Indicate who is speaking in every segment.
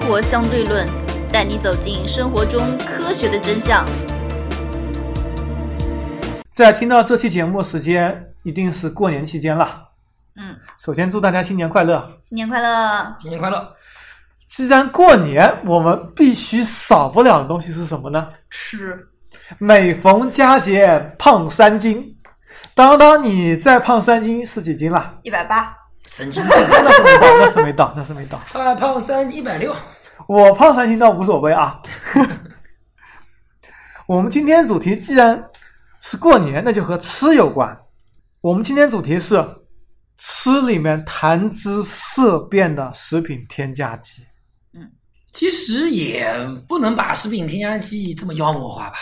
Speaker 1: 活相对论》，带你走进生活中科学的真相。
Speaker 2: 在听到这期节目时间，一定是过年期间了。
Speaker 1: 嗯，
Speaker 2: 首先祝大家新年快乐！
Speaker 1: 新年快乐！
Speaker 3: 新年快乐！
Speaker 2: 既然过年，我们必须少不了的东西是什么呢？
Speaker 3: 吃，
Speaker 2: 每逢佳节胖三斤。当当，你再胖三斤是几斤了？
Speaker 1: 一百八，
Speaker 3: 神经
Speaker 2: 那
Speaker 3: 病！
Speaker 2: 是没到，那是没到，那是没到。
Speaker 3: 他胖三一百六，
Speaker 2: 我胖三斤倒无所谓 啊。我们今天主题既然是过年，那就和吃有关。我们今天主题是吃里面谈之色变的食品添加剂。
Speaker 3: 其实也不能把食品添加剂这么妖魔化吧，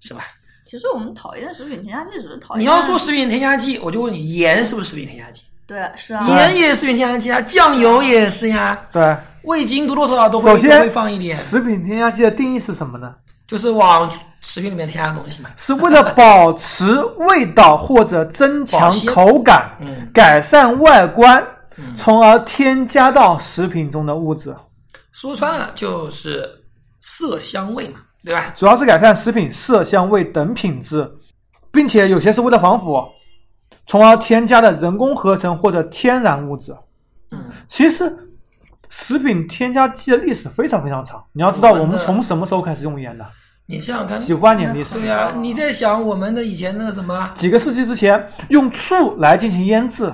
Speaker 3: 是吧？
Speaker 1: 其实我们讨厌食品添加剂只是讨厌。
Speaker 3: 你要说食品添加剂，我就问你，盐是不是食品添加剂？
Speaker 1: 对是啊，
Speaker 3: 盐也是食品添加剂啊，酱油也是呀，
Speaker 2: 对，
Speaker 3: 味精多多少少都会
Speaker 2: 首
Speaker 3: 都
Speaker 2: 先
Speaker 3: 会放一点，
Speaker 2: 食品添加剂的定义是什么呢？
Speaker 3: 就是往食品里面添加的东西嘛。
Speaker 2: 是为了保持味道或者增强
Speaker 3: 保鲜
Speaker 2: 口感、
Speaker 3: 嗯，
Speaker 2: 改善外观，
Speaker 3: 嗯
Speaker 2: 从而添加到食品中的物质，
Speaker 3: 说穿了就是色香味嘛，对吧？
Speaker 2: 主要是改善食品色香味等品质，并且有些是为了防腐，从而添加的人工合成或者天然物质。
Speaker 3: 嗯，
Speaker 2: 其实，食品添加剂的历史非常非常长。你要知道，
Speaker 3: 我
Speaker 2: 我
Speaker 3: 们的
Speaker 2: 们从什么时候开始用盐的？
Speaker 3: 你想想看，
Speaker 2: 几万年历史。
Speaker 3: 对呀、你在想我们的以前那个什么，
Speaker 2: 几个世纪之前，用醋来进行腌制，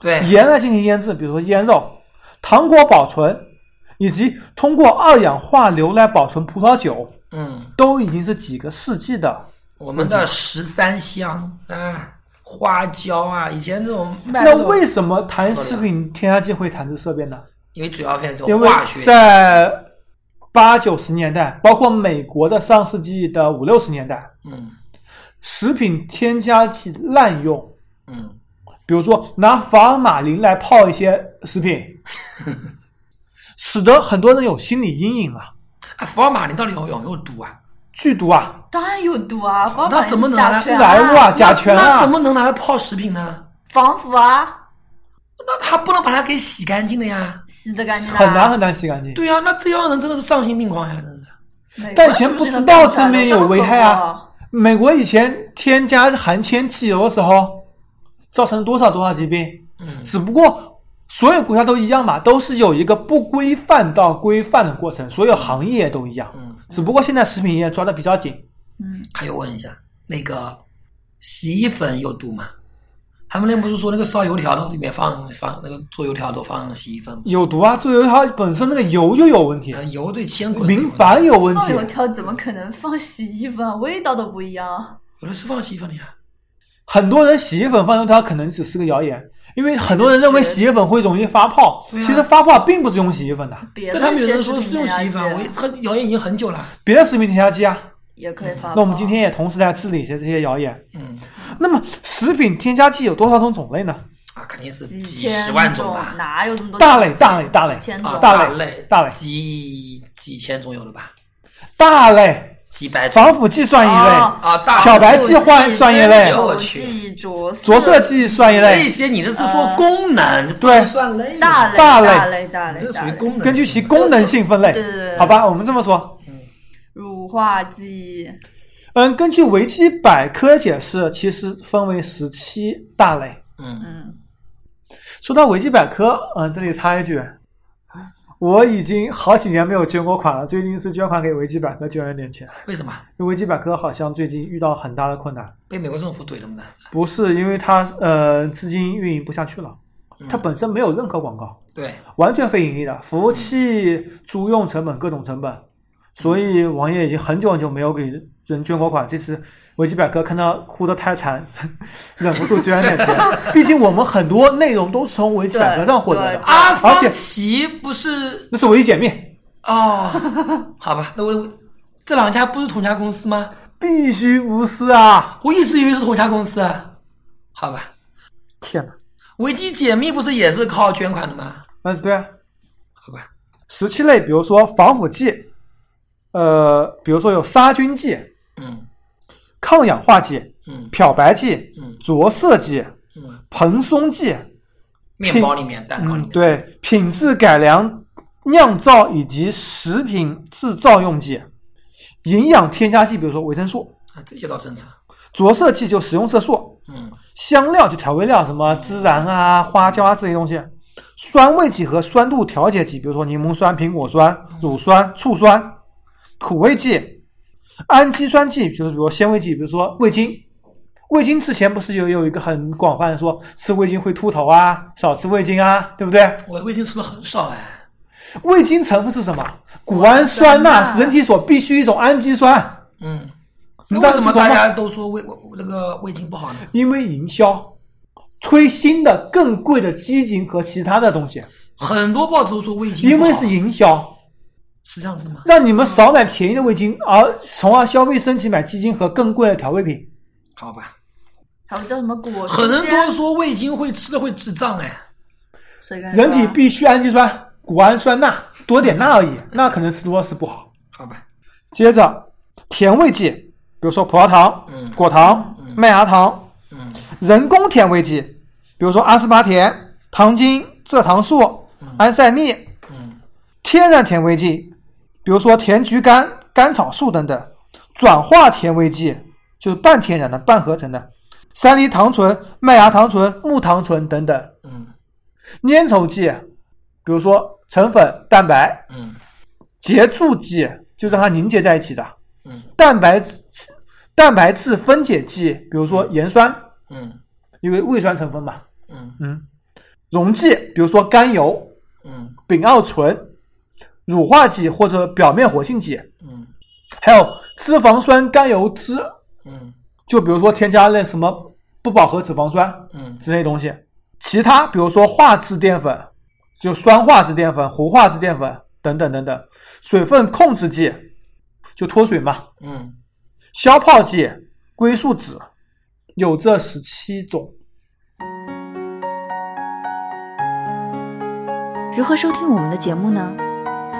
Speaker 3: 对，
Speaker 2: 盐来进行腌制，比如说腌肉、糖果保存，以及通过二氧化硫来保存葡萄酒，
Speaker 3: 嗯，
Speaker 2: 都已经是几个世纪的。
Speaker 3: 我们的十三香啊，花椒啊，以前这种卖
Speaker 2: 那
Speaker 3: 这种
Speaker 2: 为什么谈食品添加剂会谈至色变呢？
Speaker 3: 因为主要变成
Speaker 2: 因为
Speaker 3: 化学，
Speaker 2: 在八九十年代，包括美国的上世纪的五六十年代，
Speaker 3: 嗯
Speaker 2: 食品添加剂滥用，
Speaker 3: 嗯，
Speaker 2: 比如说拿法马林来泡一些食 品，使得很多人有心理阴影啊，
Speaker 3: 啊，福尔马林到底有有没有毒啊？
Speaker 2: 剧毒啊，
Speaker 1: 当然有毒啊，防腐
Speaker 3: 那怎么能
Speaker 1: 甲
Speaker 3: 拿
Speaker 1: 醛
Speaker 2: 来自然物啊
Speaker 1: 啊、
Speaker 2: 甲醛啊
Speaker 3: 那怎么能拿来泡食品呢？
Speaker 1: 防腐啊，
Speaker 3: 那他不能把它给洗干净的呀。
Speaker 1: 洗得干净的啊
Speaker 2: 很难很难洗干净。
Speaker 3: 对啊呀、那这帮人真的是丧心病狂呀，真是。
Speaker 1: 美国
Speaker 2: 但以前
Speaker 1: 是不是
Speaker 2: 不知道
Speaker 1: 能干出来
Speaker 2: 这边有危害
Speaker 1: 都很
Speaker 2: 啊
Speaker 1: 好！
Speaker 2: 美国以前添加含铅汽油的时候，造成了多少多少疾病？
Speaker 3: 嗯
Speaker 2: 只不过所有国家都一样嘛，都是有一个不规范到规范的过程，所有行业都一样。
Speaker 3: 嗯，
Speaker 2: 只不过现在食品业抓的比较紧，
Speaker 1: 嗯，
Speaker 3: 还有问一下，那个洗衣粉有毒吗？他们那不是说那个烧油条的里面放放那个做油条都放洗衣粉吗？
Speaker 2: 有毒啊！这油它本身那个油就有问题
Speaker 3: 啊，油对铅滚
Speaker 2: 明矾有问
Speaker 1: 啊放
Speaker 2: 题啊
Speaker 1: 油，条怎么可能放洗衣粉啊？味道都不一样。
Speaker 3: 有的是放洗衣粉里啊。
Speaker 2: 很多人洗衣粉放油条可能只是个谣言，因为很多人认为洗衣粉会容易发泡，
Speaker 3: 对啊
Speaker 2: 其实发泡并不是用洗衣粉的，
Speaker 1: 别的
Speaker 3: 但他们有
Speaker 1: 些
Speaker 3: 人
Speaker 1: 食
Speaker 3: 说
Speaker 1: 品
Speaker 3: 是用洗衣
Speaker 1: 添
Speaker 3: 粉
Speaker 1: 加
Speaker 3: 啊，
Speaker 1: 剂
Speaker 3: 我它谣言已经很久了。
Speaker 2: 别的食品添加剂啊。
Speaker 1: 也可以发。
Speaker 2: 那我们今天也同时来治理一些这些谣言。
Speaker 3: 嗯，
Speaker 2: 那么，食品添加剂有多少种种类呢？
Speaker 3: 啊，肯定是
Speaker 1: 几
Speaker 3: 几
Speaker 1: 千
Speaker 3: 十万
Speaker 1: 种
Speaker 3: 种吧。
Speaker 1: 哪有这么多？
Speaker 2: 大类大类大类
Speaker 1: 几千
Speaker 3: 啊，
Speaker 1: 种，
Speaker 2: 大类
Speaker 3: 类
Speaker 2: 大类
Speaker 3: 几几千种有了吧？
Speaker 2: 大类，
Speaker 3: 几百种
Speaker 2: 防腐剂算一类，
Speaker 1: 哦
Speaker 3: 啊，大
Speaker 2: 漂白剂换算一类
Speaker 1: 我
Speaker 3: 我
Speaker 1: 去，
Speaker 3: 去
Speaker 1: 着色
Speaker 2: 着色剂算一
Speaker 3: 这
Speaker 2: 类。
Speaker 3: 些你这是做功能，这不
Speaker 2: 对
Speaker 3: 能算类
Speaker 1: 呃大类
Speaker 2: 大类
Speaker 1: 大类大
Speaker 3: 你
Speaker 1: 类，
Speaker 3: 这属
Speaker 1: 大
Speaker 3: 于
Speaker 1: 类
Speaker 3: 功能性的，
Speaker 2: 根据其功能性分类
Speaker 1: 对对对对，
Speaker 2: 好吧，我们这么说。
Speaker 3: 嗯
Speaker 1: 乳化剂，
Speaker 2: 嗯，根据维基百科解释，其实分为十七大类。
Speaker 3: 嗯，
Speaker 1: 嗯，
Speaker 2: 说到维基百科，嗯，这里插一句，我已经好几年没有捐过款了，最近一次捐款给维基百科捐了点钱，
Speaker 3: 为什么
Speaker 2: 因为维基百科好像最近遇到很大的困难，
Speaker 3: 被美国政府怼了嘛？
Speaker 2: 不是因为它呃资金运营不下去了，
Speaker 3: 嗯
Speaker 2: 它本身啊没有任何广告。
Speaker 3: 对，
Speaker 2: 完全非盈利的，服务器、租用成本、各种成本，所以王爷已经很久很久没有给人捐过款。这次维基百科看到哭得太惨， 忍不住捐了点钱。毕竟我们很多内容都是从维基百科上获得
Speaker 1: 对
Speaker 2: 的
Speaker 1: 对，
Speaker 3: 阿
Speaker 2: 且
Speaker 3: 桑奇不是
Speaker 2: 那是维基解密，
Speaker 3: 哦，好吧，那我这两家不是同一家公司吗？
Speaker 2: 必须无私啊！
Speaker 3: 我一直以为是同一家公司啊，好吧，
Speaker 2: 天哪，
Speaker 3: 维基解密不是也是靠捐款的吗？
Speaker 2: 嗯，对啊，
Speaker 3: 好吧，
Speaker 2: 十七类，比如说防腐剂，呃，比如说有杀菌剂、
Speaker 3: 嗯
Speaker 2: 抗氧化剂、
Speaker 3: 嗯
Speaker 2: 漂白剂、
Speaker 3: 嗯
Speaker 2: 着色剂、
Speaker 3: 嗯，
Speaker 2: 蓬松剂。
Speaker 3: 面包里面、蛋糕
Speaker 2: 嗯，
Speaker 3: 里面，
Speaker 2: 对，品质改良酿造以及食品制造用剂、营养添加剂，比如说维生素；
Speaker 3: 啊，这些倒正常。
Speaker 2: 着色剂就食用色素；
Speaker 3: 嗯，
Speaker 2: 香料就调味料，什么孜然啊、花椒啊这些东西；酸味剂和酸度调节剂，比如说柠檬酸、苹果酸、乳酸、醋酸；苦味剂、氨基酸剂，就是比如说纤维剂，比如说味精。味精之前不是有有一个很广泛的说吃味精会秃头啊，少吃味精啊，对不对？
Speaker 3: 我味精吃的很少哎，
Speaker 2: 味精成分是什么？谷氨酸钠是人体所必需一种氨基酸，
Speaker 3: 嗯，
Speaker 2: 你
Speaker 3: 那
Speaker 2: 知道
Speaker 3: 为什么
Speaker 2: 这个吗
Speaker 3: 大家都说味我这个味精不好呢？
Speaker 2: 因为营销推新的更贵的鸡精和其他的东西，
Speaker 3: 很多报纸都说味精
Speaker 2: 因
Speaker 3: 不好，
Speaker 2: 为是营销，
Speaker 3: 是这样子的吗？
Speaker 2: 让你们少买便宜的味精，而从而消费升级买鸡精和更贵的调味品。
Speaker 3: 好吧，
Speaker 1: 还有叫什么果蔬
Speaker 3: 很多
Speaker 1: 鲜
Speaker 3: 人说味精会吃的会智障哎，
Speaker 1: 谁跟你说
Speaker 2: 人体必需氨基酸谷氨酸钠，多点钠而已，钠可能吃多是不好。
Speaker 3: 好吧，
Speaker 2: 接着甜味剂，比如说葡萄糖
Speaker 3: 嗯、
Speaker 2: 果糖、麦芽糖、
Speaker 3: 嗯
Speaker 2: 人工甜味剂，比如说阿斯巴甜、糖精、蔗糖素、安赛蜜；
Speaker 3: 嗯
Speaker 2: 天然甜味剂，比如说甜菊苷、甘草素等等；转化甜味剂就是半天然的、半合成的，三梨糖醇、麦芽糖醇、木糖醇等等；
Speaker 3: 嗯
Speaker 2: 粘稠剂，比如说成粉、蛋白；
Speaker 3: 嗯
Speaker 2: 结注剂就让它凝结在一起的；
Speaker 3: 嗯
Speaker 2: 蛋白质蛋白质分解剂，比如说盐酸，
Speaker 3: 嗯
Speaker 2: 因为胃酸成分嘛。
Speaker 3: 嗯
Speaker 2: 嗯，溶剂，比如说甘油、
Speaker 3: 嗯
Speaker 2: 丙二醇、乳化剂或者表面活性剂，
Speaker 3: 嗯
Speaker 2: 还有脂肪酸甘油酯，
Speaker 3: 嗯
Speaker 2: 就比如说添加类什么不饱和脂肪酸
Speaker 3: 嗯
Speaker 2: 之类东西。其他比如说化质淀粉，就酸化质淀粉、糊化质淀粉等等等等。水分控制剂，就脱水嘛。
Speaker 3: 嗯，
Speaker 2: 消泡剂、硅树脂，有这十七种。
Speaker 4: 如何收听我们的节目呢？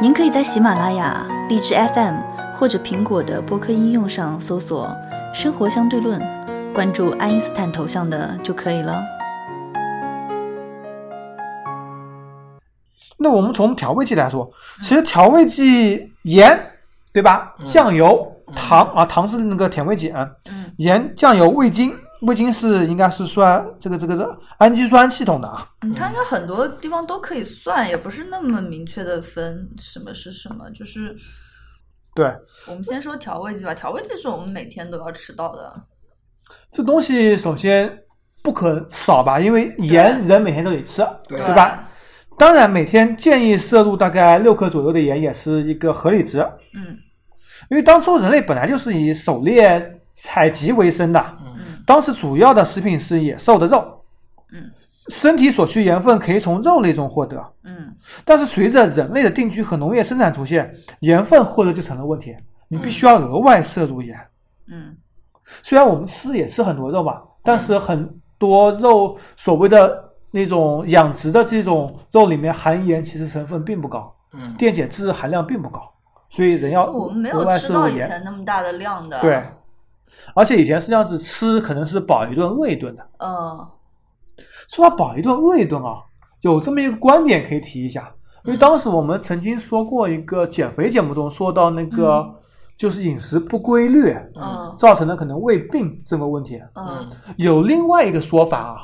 Speaker 4: 您可以在喜马拉雅、荔枝 FM 或者苹果的播客应用上搜索“生活相对论”，关注爱因斯坦头像的就可以了。
Speaker 2: 那我们从调味剂来说，其实调味剂盐，对吧？
Speaker 3: 嗯
Speaker 2: 酱油、糖啊，糖是那个甜味剂啊。
Speaker 1: 嗯
Speaker 2: 盐、酱油、味精，味精是应该是算这个这个这个氨基酸系统的啊。
Speaker 1: 嗯，它应该很多地方都可以算，也不是那么明确的分什么是什么。就是
Speaker 2: 对，
Speaker 1: 我们先说调味剂吧，调味剂是我们每天都要吃到的。
Speaker 2: 这东西首先不可少吧，因为盐人每天都得吃，
Speaker 3: 对
Speaker 2: 对吧？当然，每天建议摄入大概六克左右的盐也是一个合理值，
Speaker 1: 嗯
Speaker 2: 因为当初人类本来就是以狩猎、采集为生的。
Speaker 1: 嗯
Speaker 2: 当时主要的食品是野兽的肉，
Speaker 1: 嗯，
Speaker 2: 身体所需盐分可以从肉类中获得，
Speaker 1: 嗯
Speaker 2: 但是随着人类的定居和农业生产出现，盐分获得就成了问题，你必须要额外摄入盐。
Speaker 1: 嗯
Speaker 2: 虽然我们吃也吃很多肉嘛，但是很多肉所谓的那种养殖的这种肉里面含盐其实成分并不高，
Speaker 3: 嗯
Speaker 2: 电解质含量并不高，所以人要
Speaker 1: 哦我们没
Speaker 2: 额
Speaker 1: 有
Speaker 2: 外
Speaker 1: 吃
Speaker 2: 摄
Speaker 1: 到
Speaker 2: 入
Speaker 1: 以
Speaker 2: 盐。
Speaker 1: 前那么大的量的。
Speaker 2: 对，而且以前是这样子吃，可能是饱一顿饿一顿的。
Speaker 1: 嗯
Speaker 2: 说到饱一顿饿一顿啊，有这么一个观点可以提一下，因为当时我们曾经说过一个减肥节目中说到那个、就是饮食不规律
Speaker 1: 嗯
Speaker 2: 造成的可能胃病这个问题，
Speaker 1: 嗯
Speaker 2: 有另外一个说法啊，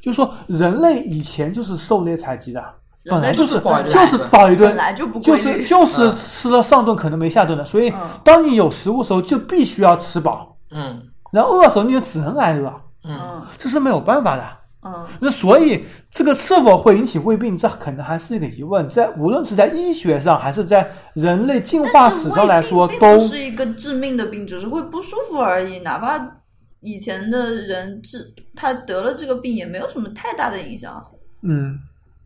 Speaker 2: 就是说人类以前就是狩猎采集的，
Speaker 1: 人
Speaker 2: 本
Speaker 1: 类
Speaker 2: 来
Speaker 1: 就是
Speaker 3: 饱一顿
Speaker 2: 就是饱一顿
Speaker 1: 本。来就不
Speaker 2: 就
Speaker 1: 规
Speaker 2: 是
Speaker 1: 律。
Speaker 2: 就是吃了上顿可能没下顿的，所以
Speaker 1: 嗯
Speaker 2: 当你有食物的时候就必须要吃饱，
Speaker 3: 嗯
Speaker 2: 然后饿的时候你就只能挨饿，
Speaker 3: 嗯
Speaker 1: 嗯
Speaker 2: 这是没有办法的。
Speaker 1: 嗯
Speaker 2: 那所以这个是否会引起胃病，这可能还是一个疑问。在无论是在医学上，还是在人类进化
Speaker 1: 但是
Speaker 2: 史
Speaker 1: 胃
Speaker 2: 上来
Speaker 1: 病
Speaker 2: 说，
Speaker 1: 并
Speaker 2: 都
Speaker 1: 不是一个致命的病，只是会不舒服而已。哪怕以前的人治他得了这个病，也没有什么太大的影响。
Speaker 2: 嗯，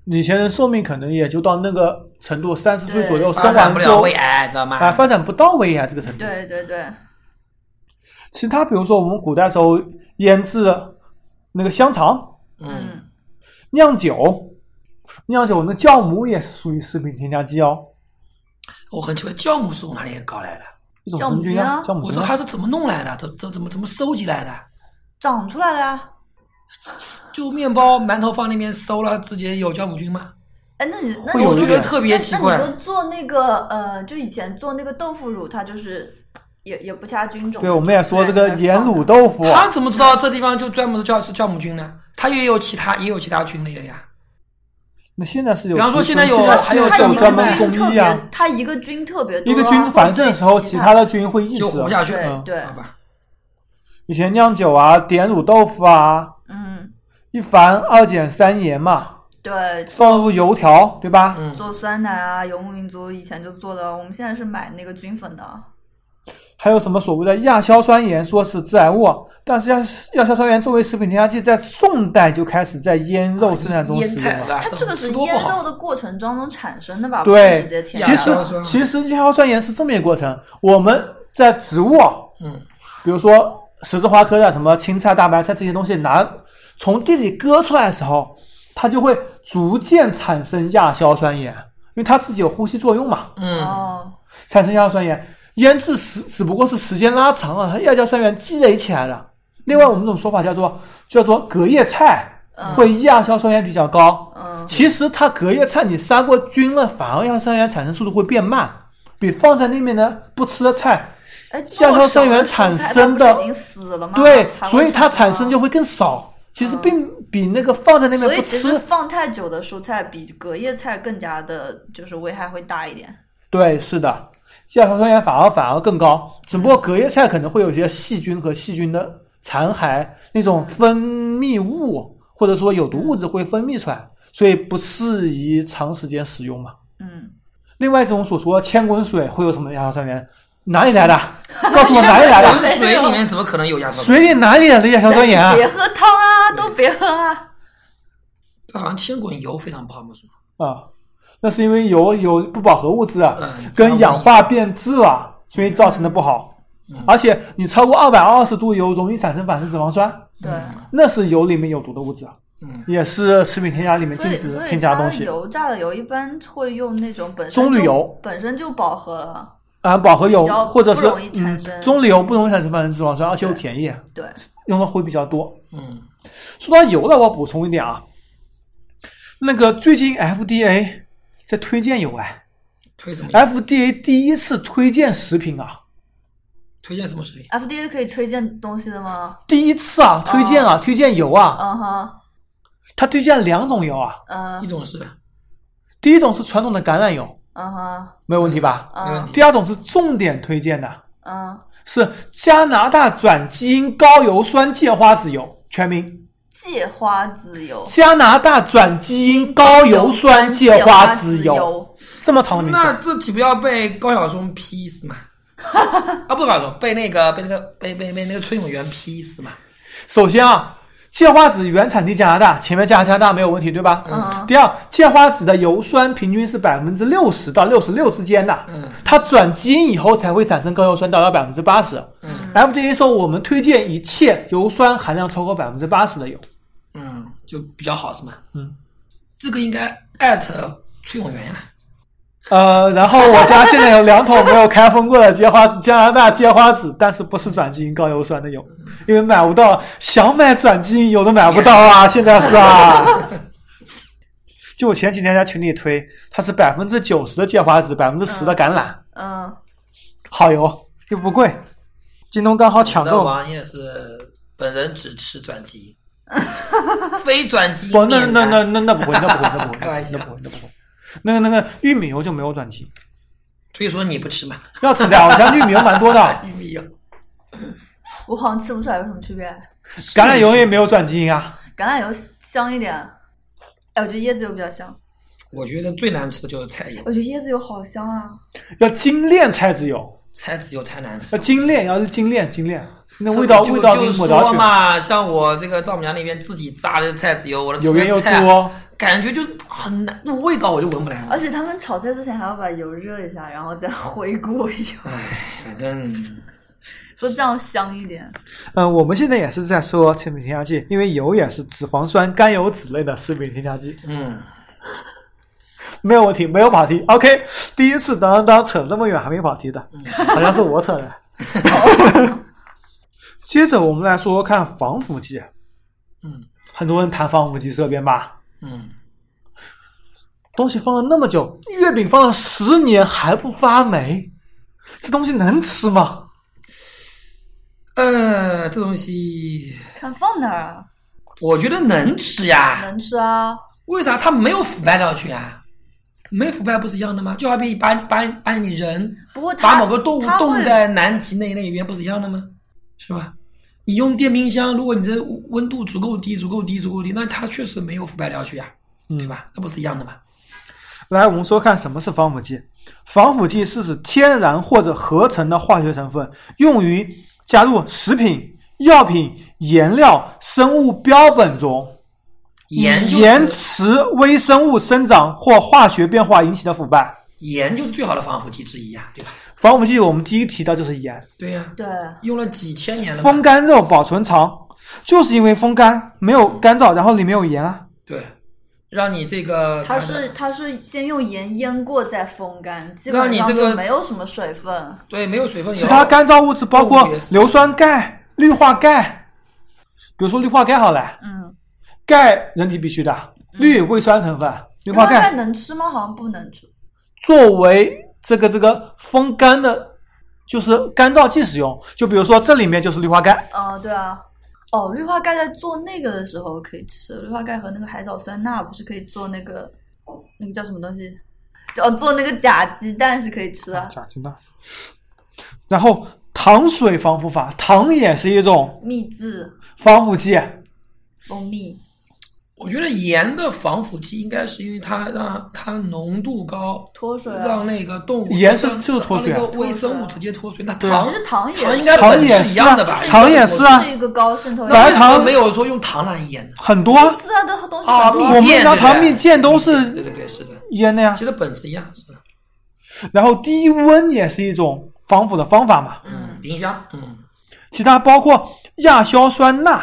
Speaker 2: 以前人寿命可能也就到那个程度，三十岁左右，
Speaker 1: 对
Speaker 2: 生
Speaker 3: 发展
Speaker 2: 完
Speaker 3: 不
Speaker 2: 之
Speaker 3: 了
Speaker 2: 后
Speaker 3: 胃癌，知道吗？
Speaker 2: 啊，发展不到胃癌这个程度。
Speaker 1: 对对对，
Speaker 2: 其他比如说我们古代时候腌制那个香肠、
Speaker 3: 嗯
Speaker 2: 酿酒，酿酒那酵母也是属于食品添加剂哦，
Speaker 3: 我很奇怪，酵母是从哪里搞来的？
Speaker 2: 一种
Speaker 1: 酵母
Speaker 2: 菌
Speaker 1: 菌
Speaker 2: 啊，
Speaker 1: 啊
Speaker 2: 酵母
Speaker 3: 我
Speaker 2: 菌
Speaker 3: 说
Speaker 2: 啊
Speaker 3: 他是怎么弄来的？这这怎么怎么收集来的？
Speaker 1: 长出来了呀。
Speaker 3: 就面包、馒头放里面收了，直接有酵母菌吗？
Speaker 1: 哎，那你那
Speaker 2: 会
Speaker 1: 你
Speaker 2: 有
Speaker 1: 说
Speaker 2: 一
Speaker 3: 我觉
Speaker 2: 点
Speaker 3: 得特别奇怪
Speaker 1: 那。你说做那个呃，就以前做那个豆腐乳，它就是也也不加菌种。
Speaker 2: 对，我们也说这个
Speaker 1: 盐
Speaker 2: 盐卤豆腐，啊
Speaker 3: 他怎么知道这地方就专门是酵是酵母菌呢？他也有其他也有其他菌类的呀。
Speaker 2: 那现在是有提
Speaker 3: 比
Speaker 2: 供，
Speaker 3: 方说现在有
Speaker 1: 它
Speaker 3: 还有
Speaker 1: 它
Speaker 2: 这
Speaker 1: 一
Speaker 2: 种
Speaker 1: 个
Speaker 2: 专门
Speaker 1: 菌
Speaker 2: 供
Speaker 1: 特
Speaker 2: 应啊
Speaker 1: 别，，它一个菌特别多，啊
Speaker 2: 一个菌繁盛的时候，其他的菌会抑制
Speaker 3: 就。活不下去
Speaker 1: 对
Speaker 2: 嗯
Speaker 1: 对
Speaker 3: 好，吧？
Speaker 2: 以前酿酒啊，点卤豆腐啊，
Speaker 1: 嗯
Speaker 2: 一凡二碱三盐嘛，
Speaker 1: 对，
Speaker 2: 放入油条，对吧？
Speaker 3: 嗯，
Speaker 1: 做酸奶啊，游牧民族以前就做的，我们现在是买那个菌粉的。
Speaker 2: 还有什么所谓的亚硝酸盐，说是致癌物，但是亚亚硝酸盐作为食品添加剂，在宋代就开始在腌肉生产中
Speaker 3: 腌
Speaker 2: 使
Speaker 3: 菜
Speaker 2: 用了。
Speaker 3: 啦
Speaker 1: 它这个是
Speaker 3: 吃多
Speaker 1: 腌
Speaker 3: 不好
Speaker 1: 肉的过程当中产生的吧？不是
Speaker 2: 对
Speaker 1: 直接，添加的。
Speaker 2: 其实
Speaker 3: 亚硝酸
Speaker 2: 其实亚硝酸盐是这么一个过程，我们在植物，啊
Speaker 3: 嗯，
Speaker 2: 比如说十字花科的什么青菜、大白菜这些东西拿从地里割出来的时候，它就会逐渐产生亚硝酸盐，因为它自己有呼吸作用嘛，
Speaker 3: 嗯，
Speaker 1: 哦，
Speaker 2: 产生亚硝酸盐。腌制时只不过是时间拉长了，它亚硝酸盐积累起来了。另外，我们这种说法叫做叫做隔夜菜，
Speaker 1: 嗯
Speaker 2: 会亚硝酸盐比较高。
Speaker 1: 嗯，
Speaker 2: 其实它隔夜菜你杀过菌了，反而亚硝酸盐产生速度会变慢，比放在那边的不吃的菜
Speaker 1: 哎，
Speaker 2: 亚硝酸
Speaker 1: 原
Speaker 2: 盐产生的
Speaker 1: 已经死了吗？
Speaker 2: 对
Speaker 1: 还，会
Speaker 2: 所以它产生
Speaker 1: 吗
Speaker 2: 就会更少。其实
Speaker 1: 嗯
Speaker 2: 并比那个放在那边
Speaker 1: 所以
Speaker 2: 不
Speaker 1: 其实
Speaker 2: 吃，
Speaker 1: 放太久的蔬菜比隔夜菜更加的，就是危害会大一点。
Speaker 2: 对，是的，亚硝酸盐反而反而更高。只不过隔夜菜可能会有一些细菌和细菌的残骸那种分泌物或者说有毒物质会分泌出来，所以不适宜长时间使用嘛。
Speaker 1: 嗯，
Speaker 2: 另外一种所说的千滚水会有什么亚硝酸盐？哪里来 的？告诉我
Speaker 3: 哎
Speaker 2: 哪里来的？
Speaker 3: 滚水里面怎么可能有亚硝酸？
Speaker 2: 水里哪里来的亚硝酸 盐啊？
Speaker 1: 别喝汤啊，都别喝啊。
Speaker 3: 好像千滚油非常不好嘛，是吗？
Speaker 2: 啊，那是因为油有不饱和物质啊，
Speaker 3: 嗯
Speaker 2: 跟氧化变质啊，所以造成的不好。
Speaker 3: 嗯
Speaker 2: 而且你超过二百二十度油，容易产生反式脂肪酸，
Speaker 1: 对，
Speaker 2: 那是油里面有毒的物质啊，
Speaker 3: 嗯，
Speaker 2: 也是食品添加里面禁
Speaker 1: 所以
Speaker 2: 止
Speaker 1: 所以
Speaker 2: 添加的
Speaker 1: 它
Speaker 2: 东西。
Speaker 1: 油炸的油一般会用那种本身
Speaker 2: 棕榈
Speaker 1: 就
Speaker 2: 油
Speaker 1: 本身就饱和了。
Speaker 2: 啊，饱和油
Speaker 1: 比较
Speaker 2: 或者
Speaker 1: 不
Speaker 2: 是
Speaker 1: 容易产
Speaker 2: 嗯
Speaker 1: 生
Speaker 2: 棕榈油不容易产生反式脂肪酸，而且又
Speaker 1: 对
Speaker 2: 便宜，啊
Speaker 1: 对，
Speaker 2: 用的会比较多。
Speaker 3: 嗯，
Speaker 2: 说到油了，我补充一点啊，那个最近 FDA 在推荐油哎
Speaker 3: 推什么？
Speaker 2: ，FDA 第一次推荐食品啊，
Speaker 3: 推荐什么食品？
Speaker 1: FDA 可以推荐东西的吗？
Speaker 2: 第一次啊，推荐啊，推荐油啊，
Speaker 1: 嗯哼，
Speaker 2: 它推荐两种油啊，
Speaker 3: 一
Speaker 1: 嗯
Speaker 3: 种是
Speaker 2: 第一种是传统的橄榄油，
Speaker 1: 嗯哼，
Speaker 2: 没有问题吧？
Speaker 3: 没问
Speaker 1: 嗯
Speaker 3: 题，
Speaker 2: 第二种是重点推荐的，
Speaker 1: 嗯，
Speaker 2: 是加拿大转基因高油酸芥花籽油，全名
Speaker 1: 芥花籽油。
Speaker 2: 加拿大转基因高油酸芥花籽油，嗯
Speaker 1: 油，
Speaker 2: 这么长的名字。
Speaker 3: 那
Speaker 2: 啊
Speaker 3: 这岂不要被高晓松批死 嘛？啊，不，高晓松被那个被那个被被被那个崔永元批死嘛？
Speaker 2: 首先啊，芥花籽原产地加拿大，前面加加拿大没有问题，对吧？
Speaker 1: 嗯
Speaker 2: 第二，芥花籽的油酸平均是百分之六十到六十六之间的，
Speaker 3: 嗯
Speaker 2: 它转基因以后才会产生高油酸，达到百分之八十。
Speaker 3: 嗯
Speaker 2: FDA 说我们推荐一切油酸含量超过百分之八十的油。
Speaker 3: 嗯，就比较好是吗？
Speaker 2: 嗯，
Speaker 3: 这个应该艾特崔永元啊呀、
Speaker 2: 呃，然后我家现在有两桶没有开封过的芥花籽，加拿大芥花籽，但是不是转基因高油酸的油，因为买不到，想买转基因油都买不到啊，现在是啊。就我前几天在群里推，它是百分之九十的芥花籽，百分之十的橄榄，
Speaker 1: 嗯，
Speaker 2: 好油又不贵，京东刚好抢
Speaker 3: 那
Speaker 2: 购。
Speaker 3: 王爷是本人只吃转基因， 非转基因
Speaker 2: 不，那
Speaker 3: 免
Speaker 2: 那
Speaker 3: 单
Speaker 2: 那那那不会，那不会，那不会，
Speaker 3: 开玩笑
Speaker 2: 那不会，那不会。那个那个玉米油就没有转基因，
Speaker 3: 所以说你不吃嘛？
Speaker 2: 要吃的啊，我家玉米油蛮多 的，
Speaker 3: 玉米油，
Speaker 1: 我好像吃不出来有什么区别。
Speaker 2: 橄榄油也没有转基因啊。
Speaker 1: 橄榄油香一点，哎，我觉得椰子油比较香。
Speaker 3: 我觉得最难吃的就是菜油，
Speaker 1: 我觉得椰子油好香啊！
Speaker 2: 要精炼菜籽油，
Speaker 3: 菜籽油太难吃
Speaker 2: 要
Speaker 3: 了。
Speaker 2: 精炼，要是精炼精炼，那呃味道
Speaker 3: 就
Speaker 2: 味道
Speaker 3: 就
Speaker 2: 给抹
Speaker 3: 说
Speaker 2: 掉去，
Speaker 3: 嘛，像我这个丈母娘那边自己榨的菜籽油，我的吃
Speaker 2: 有盐
Speaker 3: 的
Speaker 2: 又
Speaker 3: 菜啊
Speaker 2: 多，
Speaker 3: 感觉就很难，那种味道我就闻不来了
Speaker 1: 而。且他们炒菜之前还要把油热一下，然后再回锅油，
Speaker 3: 唉，反正
Speaker 1: 说这样香一点。
Speaker 2: 嗯，我们现在也是在说食品添加剂，因为油也是脂肪酸、甘油脂类的食品添加剂，
Speaker 3: 嗯，
Speaker 2: 没有问题，没有跑题。OK，第一次当当当扯那么远还没跑题的，好像是我扯的。接着我们来说说看防腐剂，
Speaker 3: 嗯
Speaker 2: 很多人谈防腐剂色变吧
Speaker 3: 嗯
Speaker 2: 东西放了那么久，月饼放了十年还不发霉，这东西能吃吗？
Speaker 3: 呃，这东西
Speaker 1: 看放哪儿啊？
Speaker 3: 我觉得能吃呀，
Speaker 1: 能吃啊，
Speaker 3: 为啥它没有腐败掉去啊？没腐败不是一样的吗？就好比把把把你人
Speaker 1: 不过它
Speaker 3: 把某个动物
Speaker 1: 它会
Speaker 3: 冻在南极那一类里面，不是一样的吗？是吧？你用电冰箱，如果你的温度足够低、足够低、足够低，那它确实没有腐败掉去呀、
Speaker 2: 嗯
Speaker 3: 对吧？那不是一样的吗？
Speaker 2: 来，我们说看什么是防腐剂。防腐剂是指天然或者合成的化学成分，用于加入食品、药品、颜料、生物标本中，
Speaker 3: 盐就是
Speaker 2: 延迟微生物生长或化学变化引起的腐败。
Speaker 3: 盐就是最好的防腐剂之一呀、对吧？
Speaker 2: 防腐剂我们第一提到就是盐，
Speaker 3: 对呀、
Speaker 1: 对，
Speaker 3: 用了几千年了嘛
Speaker 2: 风干肉保存长，就是因为风干没有干燥，然后里面有盐啊。
Speaker 3: 对，让你这个
Speaker 1: 它是它是先用盐腌过再风干，基
Speaker 3: 那
Speaker 1: 本
Speaker 3: 你
Speaker 1: 上
Speaker 3: 这个
Speaker 1: 就没有什么水分。嗯
Speaker 3: 对没有水分以后，
Speaker 2: 其他干燥物质包括
Speaker 3: 动物也是
Speaker 2: 硫酸钙、氯化钙，比如说氯化钙好了，
Speaker 1: 嗯，
Speaker 2: 钙人体必需的，氯胃酸成分，氯
Speaker 1: 那
Speaker 2: 化
Speaker 1: 钙
Speaker 2: 钙
Speaker 1: 能吃吗？好像不能吃。
Speaker 2: 作为这个这个风干的，就是干燥剂使用。就比如说这里面就是氯化钙，
Speaker 1: 嗯、对啊。哦，氯化钙在做那个的时候可以吃，氯化钙和那个海藻酸钠不是可以做那个那个叫什么东西？哦，做那个假鸡蛋是可以吃啊。
Speaker 2: 咋知道？然后糖水防腐法，糖也是一种
Speaker 1: 蜜制
Speaker 2: 防腐剂。
Speaker 1: 蜂蜜，
Speaker 3: 我觉得盐的防腐剂应该是因为它让它浓度高，
Speaker 1: 脱水啊
Speaker 3: 让。那个动物
Speaker 2: 盐是
Speaker 3: 让
Speaker 2: 就是脱水啊
Speaker 3: 让那个微生物直接脱水。那
Speaker 2: 对啊
Speaker 3: 糖
Speaker 1: 其实糖也是
Speaker 3: 糖应该本质一样的吧？
Speaker 2: 糖也
Speaker 1: 就是
Speaker 2: 啊
Speaker 1: 是一个高渗透
Speaker 3: 那
Speaker 2: 白
Speaker 3: 为什么
Speaker 2: 糖
Speaker 3: 没有说用糖来腌呢？
Speaker 2: 很多啊，
Speaker 1: 自然的东西
Speaker 3: 啊，
Speaker 1: 很
Speaker 3: 蜜
Speaker 1: 多
Speaker 2: 我们
Speaker 3: 饯
Speaker 2: 家
Speaker 3: 对不对
Speaker 2: 糖蜜饯都是嗯
Speaker 3: 对对对，是的，
Speaker 2: 腌的呀
Speaker 3: 其。实本质一样，是的。
Speaker 2: 然后低温也是一种防腐的方法嘛。
Speaker 3: 嗯，冰箱，嗯，
Speaker 2: 其他包括亚硝酸钠，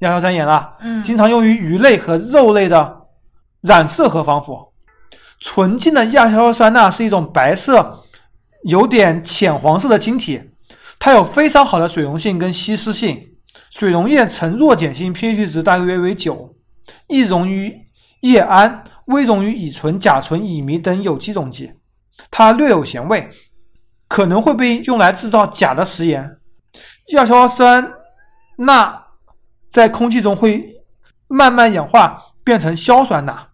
Speaker 2: 亚硝酸盐啊，
Speaker 1: 嗯
Speaker 2: 经常用于鱼类和肉类的染色和防腐。纯净的亚硝酸钠是一种白色、有点浅黄色的晶体，它有非常好的水溶性跟吸湿性，水溶液呈弱碱性，pH 值大约为九，易溶于叶胺、微溶于乙醇、甲醇、乙醚等有机溶剂，它略有咸味，可能会被用来制造假的食盐。亚硝酸钠在空气中会慢慢氧化变成硝酸钠，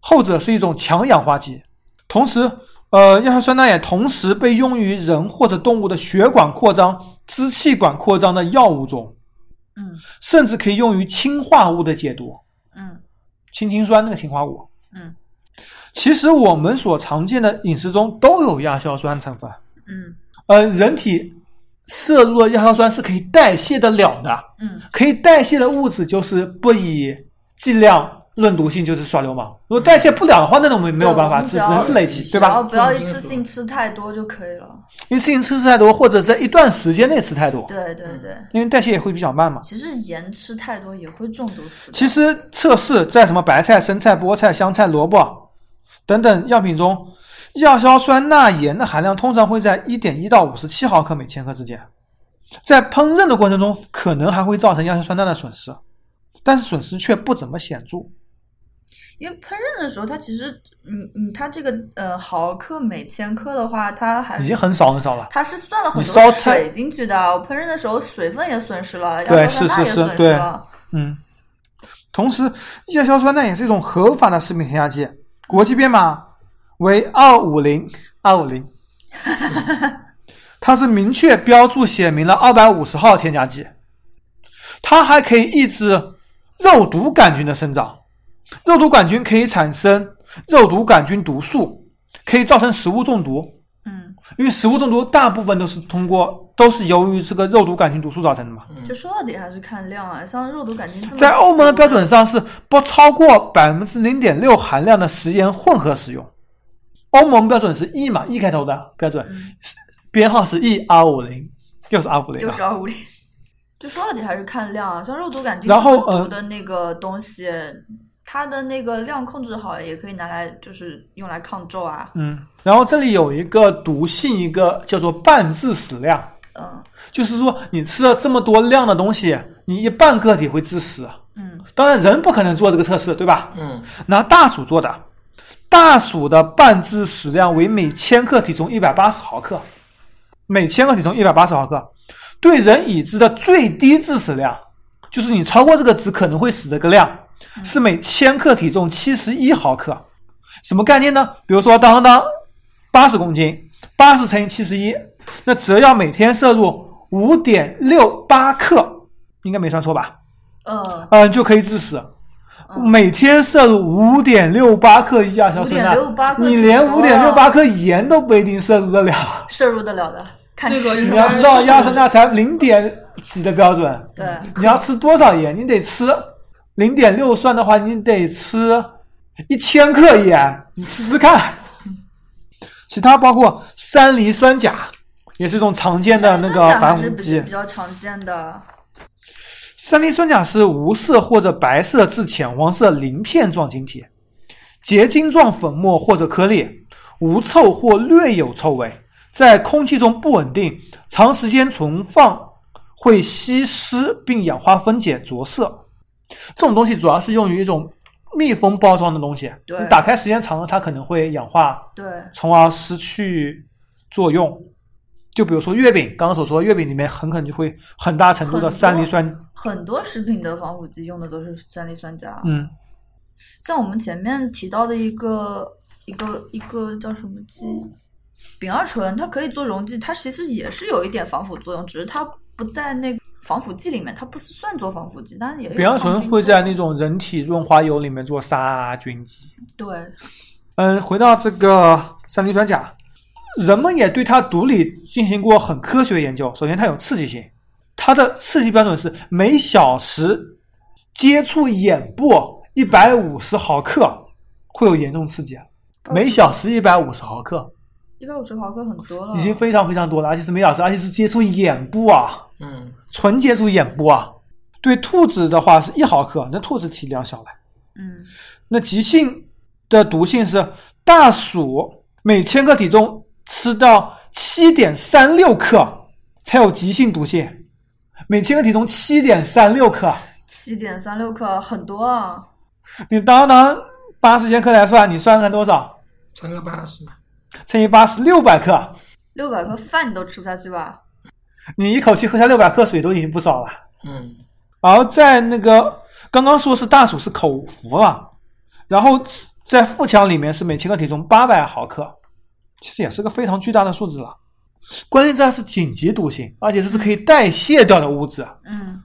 Speaker 2: 后者是一种强氧化剂。同时，呃，亚硝酸钠也同时被用于人或者动物的血管扩张、支气管扩张的药物中，
Speaker 1: 嗯
Speaker 2: 甚至可以用于氰化物的解毒，
Speaker 1: 嗯
Speaker 2: 氢氰酸那个氰化物。
Speaker 1: 嗯
Speaker 2: 其实我们所常见的饮食中都有亚硝酸成分，
Speaker 1: 嗯
Speaker 2: 呃，人体摄入的亚硝酸是可以代谢得了的。
Speaker 1: 嗯
Speaker 2: 可以代谢的物质就是不以剂量论毒性，就是耍流氓。如果代谢不了的话，那种没没有办法，
Speaker 1: 嗯对
Speaker 2: 只只
Speaker 1: 我们
Speaker 2: 能是累积，对
Speaker 1: 只要
Speaker 2: 吧？
Speaker 1: 不要一
Speaker 3: 重金
Speaker 1: 次
Speaker 3: 属
Speaker 1: 性吃太多就可以了。
Speaker 2: 一次性吃太多，或者在一段时间内吃太多，
Speaker 1: 对对对，
Speaker 2: 因为代谢也会比较慢嘛。
Speaker 1: 其实盐吃太多也会中毒死的。
Speaker 2: 其实测试在什么白菜、生菜、菠菜、香菜、萝卜等等样品中，亚硝酸钠盐的含量通常会在一点一到五十七毫克每千克之间。在烹饪的过程中，可能还会造成亚硝酸钠的损失，但是损失却不怎么显著。
Speaker 1: 因为烹饪的时候，它其实，嗯嗯，它这个呃毫克每千克的话，它还
Speaker 2: 已经很少很少了。
Speaker 1: 它是算了很
Speaker 2: 你烧
Speaker 1: 多
Speaker 2: 菜
Speaker 1: 水进去的。我烹饪的时候，水分也损失了，
Speaker 2: 对
Speaker 1: 亚硝酸钠
Speaker 2: 是
Speaker 1: 也
Speaker 2: 是是
Speaker 1: 损失了。
Speaker 2: 嗯，同时，亚硝酸钠也是一种合法的食品添加剂，国际编码为二五零二五零，它是明确标注写明了二百五十号添加剂，它还可以抑制肉毒杆菌的生长，肉毒杆菌可以产生肉毒杆菌毒素，可以造成食物中毒。
Speaker 1: 嗯，
Speaker 2: 因为食物中毒大部分都是通过都是由于这个肉毒杆菌毒素造成的嘛。
Speaker 1: 就说到底还是看量啊，像肉毒杆菌这么
Speaker 2: 在欧盟的标准上是不超过百分之零点六含量的食盐混合使用。欧盟标准是 E 嘛，E 开头的标准，
Speaker 1: 嗯
Speaker 2: 编号是 E R 五零，又是 R 五零啊
Speaker 1: 六十二五零。就说到底还是看量啊，像肉毒杆菌
Speaker 2: 然后
Speaker 1: 这么
Speaker 2: 呃
Speaker 1: 毒的那个东西，它的那个量控制好，也可以拿来就是用来抗皱啊。
Speaker 2: 嗯，然后这里有一个毒性，一个叫做半致死量，
Speaker 1: 嗯
Speaker 2: 就是说你吃了这么多量的东西，你一半个体会致死。啊
Speaker 1: 嗯
Speaker 2: 当然，人不可能做这个测试，对吧？
Speaker 3: 嗯，
Speaker 2: 拿大鼠做的，大鼠的半致死量为每千克体重一百八十毫克，每千克体重一百八十毫克。对人已知的最低致死量，就是你超过这个值可能会死的个量，是每千克体重七十一毫克。什么概念呢？比如说，当当当，八十公斤，八十乘以七十一，那只要每天摄入五点六八克，应该没算错吧？
Speaker 1: 呃，
Speaker 2: 嗯、就可以致死。
Speaker 1: 嗯
Speaker 2: 每天摄入五点六八克一亚硝酸钠
Speaker 1: 5.68，克
Speaker 2: 你连五
Speaker 1: 挺多
Speaker 2: 点
Speaker 1: 啊
Speaker 2: 六八克盐都不一定摄入得了。
Speaker 1: 摄入得了的，看
Speaker 3: 那个
Speaker 1: 吃
Speaker 3: 一
Speaker 2: 你
Speaker 1: 什
Speaker 2: 要
Speaker 1: 么
Speaker 2: 知道，
Speaker 3: 是
Speaker 2: 亚硝酸钠才零点几的标准，
Speaker 1: 对，
Speaker 2: 你要吃多少盐？你得吃零点六算的话，你得吃一千克盐，你试试看。其他包括三磷酸钾，也是一种常见的那个
Speaker 1: 还
Speaker 2: 防
Speaker 1: 是
Speaker 2: 腐
Speaker 1: 比
Speaker 2: 剂
Speaker 1: 比。较常见的。
Speaker 2: 三磷酸钾是无色或者白色至浅黄色鳞片状晶体，结晶状粉末或者颗粒，无臭或略有臭味，在空气中不稳定，长时间存放会吸湿并氧化分解着色。这种东西主要是用于一种密封包装的东西，
Speaker 1: 对
Speaker 2: 你打开时间长了，它可能会氧化
Speaker 1: 对，
Speaker 2: 从而失去作用。就比如说月饼，刚刚所说的月饼里面很可能就会很大程度的
Speaker 1: 很多
Speaker 2: 三磷酸，
Speaker 1: 很多食品的防腐剂用的都是三磷酸钾。啊
Speaker 2: 嗯，
Speaker 1: 像我们前面提到的一个一个一个叫什么剂，丙二醇，它可以做溶剂，它其实也是有一点防腐作用，只是它不在那个防腐剂里面，它不是算作防腐剂，但是也有
Speaker 2: 丙二
Speaker 1: 抗
Speaker 2: 醇
Speaker 1: 菌
Speaker 2: 会
Speaker 1: 作
Speaker 2: 在
Speaker 1: 用
Speaker 2: 那种人体润滑油里面做杀菌剂。
Speaker 1: 对
Speaker 2: 嗯，回到这个三磷酸钾，人们也对它毒理进行过很科学研究。首先，它有刺激性，它的刺激标准是每小时接触眼部一百五十毫克，会有严重刺激啊。每小时一百五十毫克，
Speaker 1: 一百五十毫克很多了，
Speaker 2: 已经非常非常多了，而且是每小时，而且是接触眼部啊。
Speaker 3: 嗯，
Speaker 2: 纯接触眼部啊。对兔子的话是一毫克，那兔子体量小了。
Speaker 1: 嗯
Speaker 2: 那急性的毒性是大鼠每千克体重吃到七点三六克才有急性毒性，每千克体重七点三六克，
Speaker 1: 七点三六克很多啊，
Speaker 2: 你当当八十千克来算，你算算多少？
Speaker 3: 乘个八十嘛，
Speaker 2: 乘以八十，六百克。
Speaker 1: 六百克饭你都吃不下去吧？
Speaker 2: 你一口气喝下六百克水都已经不少了。
Speaker 3: 嗯，
Speaker 2: 然后在那个刚刚说是大鼠是口服了，然后在腹腔里面是每千克体重八百毫克，其实也是个非常巨大的数字了。关键在是紧急毒性，而且这是可以代谢掉的物质。啊
Speaker 1: 嗯，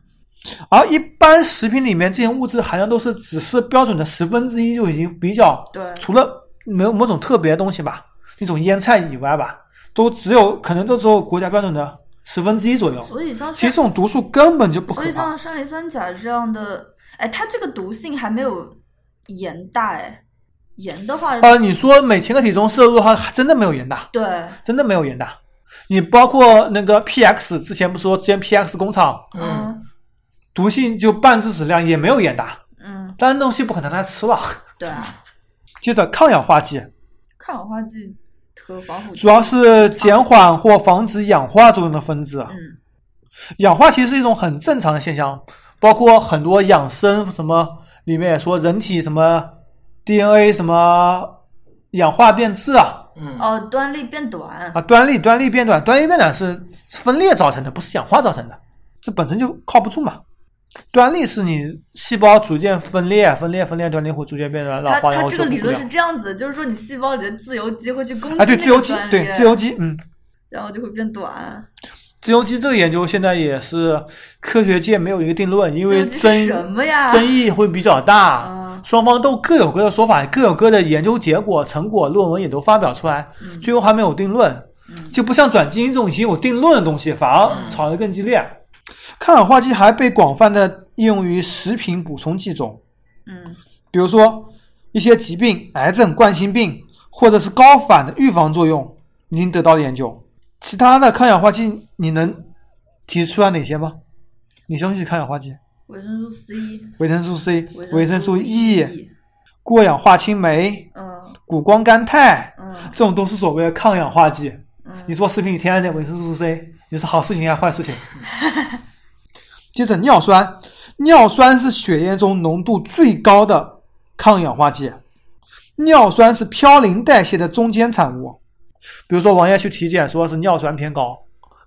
Speaker 2: 而一般食品里面这些物质含量都是只是标准的十分之一，就已经比较
Speaker 1: 对
Speaker 2: 除了没有某种特别的东西吧，那种腌菜以外吧，都只有可能都只有国家标准的十分之一左右。
Speaker 1: 所以像
Speaker 2: 其实
Speaker 1: 是
Speaker 2: 这种毒素根本就不可
Speaker 1: 所以
Speaker 2: 怕
Speaker 1: 像。山磷酸钾这样的，哎，它这个毒性还没有盐大哎，盐的话，
Speaker 2: 呃，你说每千克体重摄入的话，还真的没有盐大，
Speaker 1: 对
Speaker 2: 真的没有盐大。你包括那个 PX，之前不是说之前 PX 工厂
Speaker 1: 嗯
Speaker 2: 毒性就半致死量也没有盐大，
Speaker 1: 嗯，
Speaker 2: 但是东西不可能再吃了。
Speaker 1: 对啊，
Speaker 2: 接着抗氧化剂，
Speaker 1: 抗氧化剂和防腐剂
Speaker 2: 主要是减缓或防止氧化作用的分支。啊
Speaker 1: 嗯
Speaker 2: 氧化其实是一种很正常的现象，包括很多养生什么里面也说人体什么 DNA 什么氧化变质啊，
Speaker 3: 嗯，
Speaker 1: 哦，端粒变短
Speaker 2: 啊，端粒端粒变短，端粒变短是分裂造成的，不是氧化造成的，这本身就靠不住嘛。端粒是你细胞逐渐分裂，分裂分裂，端粒会逐渐变短，老
Speaker 1: 它
Speaker 2: 化然
Speaker 1: 它
Speaker 2: 后
Speaker 1: 这
Speaker 2: 修
Speaker 1: 个
Speaker 2: 复
Speaker 1: 理
Speaker 2: 不
Speaker 1: 论
Speaker 2: 了
Speaker 1: 是。这样子，就是说你细胞里的自由基会去攻击
Speaker 2: 啊，
Speaker 1: 那
Speaker 2: 对，自
Speaker 1: 个
Speaker 2: 由基
Speaker 1: 端，
Speaker 2: 对
Speaker 1: 粒
Speaker 2: 自由基，嗯，
Speaker 1: 然后就会变短。
Speaker 2: 自由基这个研究现在也是科学界没有一个定论，因为
Speaker 1: 自由基
Speaker 2: 争
Speaker 1: 是什么呀？
Speaker 2: 争议会比较大，
Speaker 1: 嗯
Speaker 2: 双方都各有各的说法，各有各的研究结果、成果、论文也都发表出来，
Speaker 1: 嗯
Speaker 2: 最后还没有定论，
Speaker 1: 嗯
Speaker 2: 就不像转基因这种已经有定论的东西，反而
Speaker 3: 嗯
Speaker 2: 吵得更激烈。抗氧化剂还被广泛的应用于食品补充剂中，
Speaker 1: 嗯
Speaker 2: 比如说一些疾病、癌症、冠心病或者是高反的预防作用，已经得到了研究。其他的抗氧化剂你能提出来哪些吗？你相信抗氧化剂？
Speaker 1: 维生素 C、
Speaker 2: 维生素 C、维
Speaker 1: 维
Speaker 2: 生素
Speaker 1: 素
Speaker 2: E、过氧化氢酶、
Speaker 1: 嗯
Speaker 2: 谷胱甘肽，
Speaker 1: 嗯
Speaker 2: 这种都是所谓的抗氧化剂。
Speaker 1: 嗯，
Speaker 2: 你说食品里添加点维生素 C，你是好事情还啊是坏事情？接着尿酸，尿酸是血液中浓度最高的抗氧化剂，尿酸是嘌呤代谢的中间产物。比如说王爷去体检说是尿酸偏高，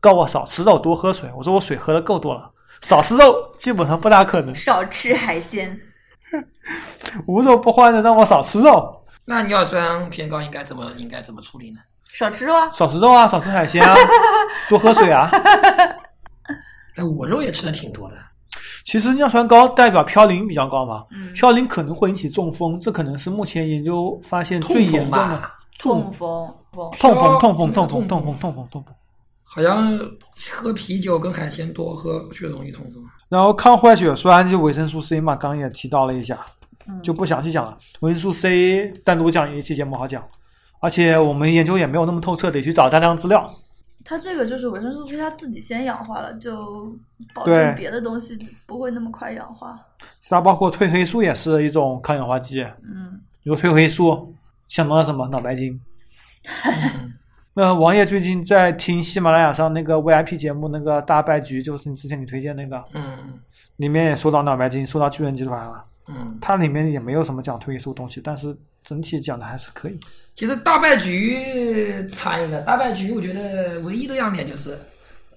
Speaker 2: 告我少吃肉多喝水。我说我水喝的够多了，少吃肉基本上不大可能。
Speaker 1: 少吃海鲜，
Speaker 2: 无肉不欢的让我少吃肉，
Speaker 3: 那尿酸偏高应该怎么应该怎么处理呢？
Speaker 1: 少吃肉啊。
Speaker 2: 少吃肉啊，少吃海鲜啊，多喝水啊。
Speaker 3: 哎，我肉也吃的挺多的，
Speaker 2: 其实尿酸高代表嘌呤比较高嘛，
Speaker 1: 嗯，
Speaker 2: 嘌呤可能会引起中风，这可能是目前研究发现最
Speaker 3: 痛
Speaker 2: 严
Speaker 3: 风
Speaker 2: 重的
Speaker 3: 吧？
Speaker 1: 痛风，风
Speaker 2: 痛风，痛
Speaker 3: 那
Speaker 2: 风，
Speaker 3: 个
Speaker 2: 痛风，痛
Speaker 3: 痛风
Speaker 2: 风，痛风，痛风。
Speaker 3: 好像喝啤酒跟海鲜多喝就容易痛风。
Speaker 2: 然后抗坏血酸就维生素 C 嘛，刚刚也提到了一下，
Speaker 1: 嗯
Speaker 2: 就不详细讲了。维生素 C 单独讲一期节目好讲，而且我们研究也没有那么透彻，得去找大量资料。
Speaker 1: 它这个就是维生素 C，它自己先氧化了，就保
Speaker 2: 对
Speaker 1: 证别的东西不会那么快氧化。
Speaker 2: 其他包括褪黑素也是一种抗氧化剂，
Speaker 1: 嗯，
Speaker 2: 有褪黑素相当于什么脑白金。
Speaker 3: 嗯
Speaker 2: 那王爷最近在听喜马拉雅上那个 VIP 节目，那个大败局，就是你之前你推荐那个，
Speaker 3: 嗯
Speaker 2: 里面也说到脑白金，说到巨人集团了。
Speaker 3: 嗯，
Speaker 2: 它里面也没有什么讲褪黑素的东西，但是整体讲的还是可以。
Speaker 3: 其实大败局差一个，大败局我觉得唯一的亮点就是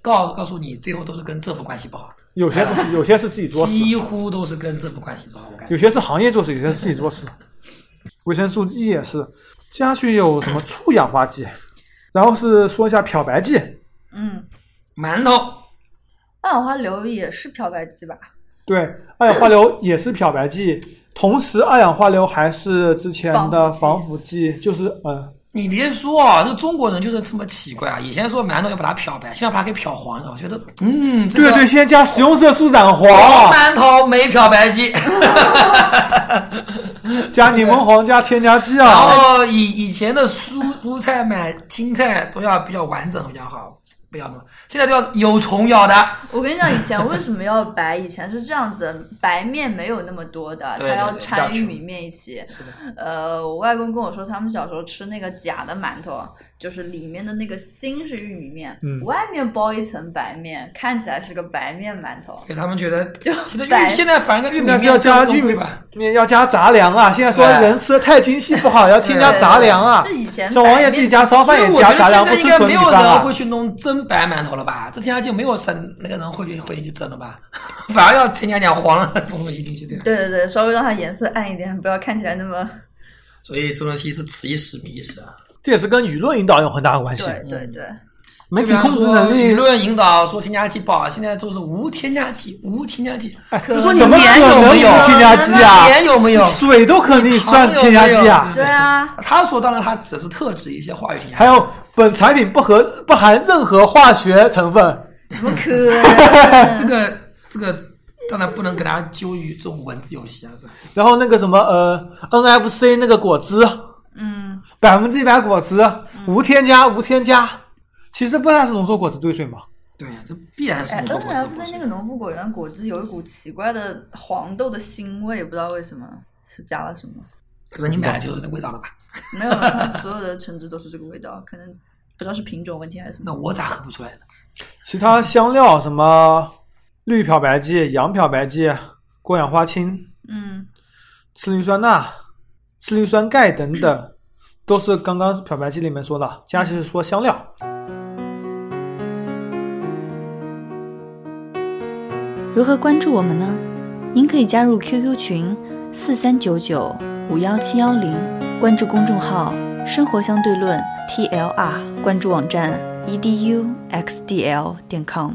Speaker 3: 告告诉你，最后都是跟政府关系不好，
Speaker 2: 有些 不是，有些是自己作死。嗯
Speaker 3: 几乎都是跟政府关系不好。我感觉
Speaker 2: 有些是行业做事，有些是自己做事。维生素 E 也是，接下去有什么促氧化 剂，然后是说一下漂白剂，
Speaker 1: 嗯，
Speaker 3: 馒头
Speaker 1: 二氧化硫也是漂白剂吧？
Speaker 2: 对，二氧化硫也是漂白剂，同时二氧化硫还是之前的
Speaker 1: 防
Speaker 2: 防腐剂，就是嗯，
Speaker 3: 你别说啊，这中国人就是这么奇怪啊！以前说馒头要把它漂白，现在把它给漂黄了。我觉得，嗯，这
Speaker 2: 对
Speaker 3: 个
Speaker 2: 对，先加食用色素染
Speaker 3: 黄
Speaker 2: 黄，
Speaker 3: 馒头没漂白剂，
Speaker 2: 加柠檬黄，加添加剂
Speaker 3: 然
Speaker 2: 啊。
Speaker 3: 后以以前的蔬蔬菜买青菜都要比较完整，比较好，不要弄。现在都要有虫咬的，
Speaker 1: 我跟你讲，以前为什么要白？以前是这样子，白面没有那么多的，
Speaker 3: 对
Speaker 1: 它要
Speaker 3: 对对
Speaker 1: 掺
Speaker 3: 要
Speaker 1: 玉
Speaker 3: 吃
Speaker 1: 米面一起。
Speaker 3: 是的，
Speaker 1: 呃，我外公跟我说，他们小时候吃那个假的馒头，就是里面的那个心是玉米面，
Speaker 2: 嗯
Speaker 1: 外面包一层白面，看起来是个白面馒头。
Speaker 2: 嗯
Speaker 3: 给他们觉得
Speaker 1: 就
Speaker 3: 现在
Speaker 1: 白
Speaker 3: 玉现在反正玉
Speaker 2: 现
Speaker 3: 米
Speaker 2: 在
Speaker 3: 面
Speaker 2: 是要加
Speaker 3: 更
Speaker 2: 玉米
Speaker 3: 贵吧，
Speaker 2: 面要加杂粮啊！现在说
Speaker 3: 对
Speaker 2: 人吃的太精细不 好，要添加
Speaker 1: 对
Speaker 2: 杂粮啊
Speaker 1: 就。以前
Speaker 2: 像王爷
Speaker 1: 白
Speaker 2: 自己
Speaker 1: 面
Speaker 2: 家烧
Speaker 3: 所
Speaker 2: 饭
Speaker 3: 以
Speaker 2: 也
Speaker 3: 我觉
Speaker 2: 加
Speaker 3: 得
Speaker 2: 杂粮，
Speaker 3: 现
Speaker 2: 不吃
Speaker 3: 在应该
Speaker 2: 纯
Speaker 3: 没
Speaker 2: 米
Speaker 3: 有
Speaker 2: 饭
Speaker 3: 人
Speaker 2: 啊
Speaker 3: 会。去弄真白馒头了吧？这天下就没有生那个人会去会去蒸了吧？ 反而要添加点黄了，风味一定去对。
Speaker 1: 对对对，稍微让它颜色暗一点，不要看起来那么……
Speaker 3: 所以周润熙是此一时彼一时啊。
Speaker 2: 这也是跟舆论引导有很大的关系。
Speaker 3: 嗯
Speaker 1: 对对对，
Speaker 2: 媒
Speaker 3: 就
Speaker 2: 体
Speaker 3: 比方
Speaker 2: 控制
Speaker 3: 说
Speaker 2: 能力
Speaker 3: 舆，论引导说添加剂不好，现在都是无添加剂，无添加剂。
Speaker 2: 哎
Speaker 1: 可
Speaker 3: 你说你
Speaker 2: 怎么
Speaker 3: 盐
Speaker 2: 可
Speaker 3: 有
Speaker 2: 能
Speaker 3: 没有
Speaker 2: 无添加剂啊？
Speaker 3: 盐有没有？
Speaker 2: 水都可以算添加剂啊？
Speaker 1: 对啊，
Speaker 3: 他说当然他只是特指一些化学添加
Speaker 2: 还
Speaker 3: 剂，
Speaker 2: 有本产品不和不含任何化学成分，
Speaker 1: 怎么可能？
Speaker 3: 这个这个当然不能跟大家纠于这种文字游戏啊，是吧？
Speaker 2: 然后那个什么呃 NFC 那个果汁，
Speaker 1: 嗯，
Speaker 2: 百分之一百果汁，
Speaker 3: 嗯
Speaker 2: 无添加无添加。其实不然是浓缩果汁兑水嘛？
Speaker 3: 对啊呀，这必然是
Speaker 1: 哎
Speaker 3: 不合国
Speaker 1: ，N F 在
Speaker 3: 际
Speaker 1: 那个农夫果园果汁有一股奇怪的黄豆的腥味，不知道为什么是加了什么。
Speaker 3: 可能你买的就是那味道了吧？
Speaker 1: 没有，它所有的橙汁都是这个味道，可能不知道是品种问题还是什
Speaker 3: 那
Speaker 1: 么。
Speaker 3: 我咋喝不出来呢？
Speaker 2: 其他香料什么绿漂白剂、洋漂白剂、过氧化氢、
Speaker 1: 嗯，
Speaker 2: 次氯酸钠、次氯酸钙等等，都是刚刚漂白剂里面说的。佳琪是说香料，
Speaker 4: 如何关注我们呢？您可以加入 QQ 群四三九九五幺七幺零，关注公众号“生活 E 相对论 ”TLR，关注网站 eduxdl 点 com。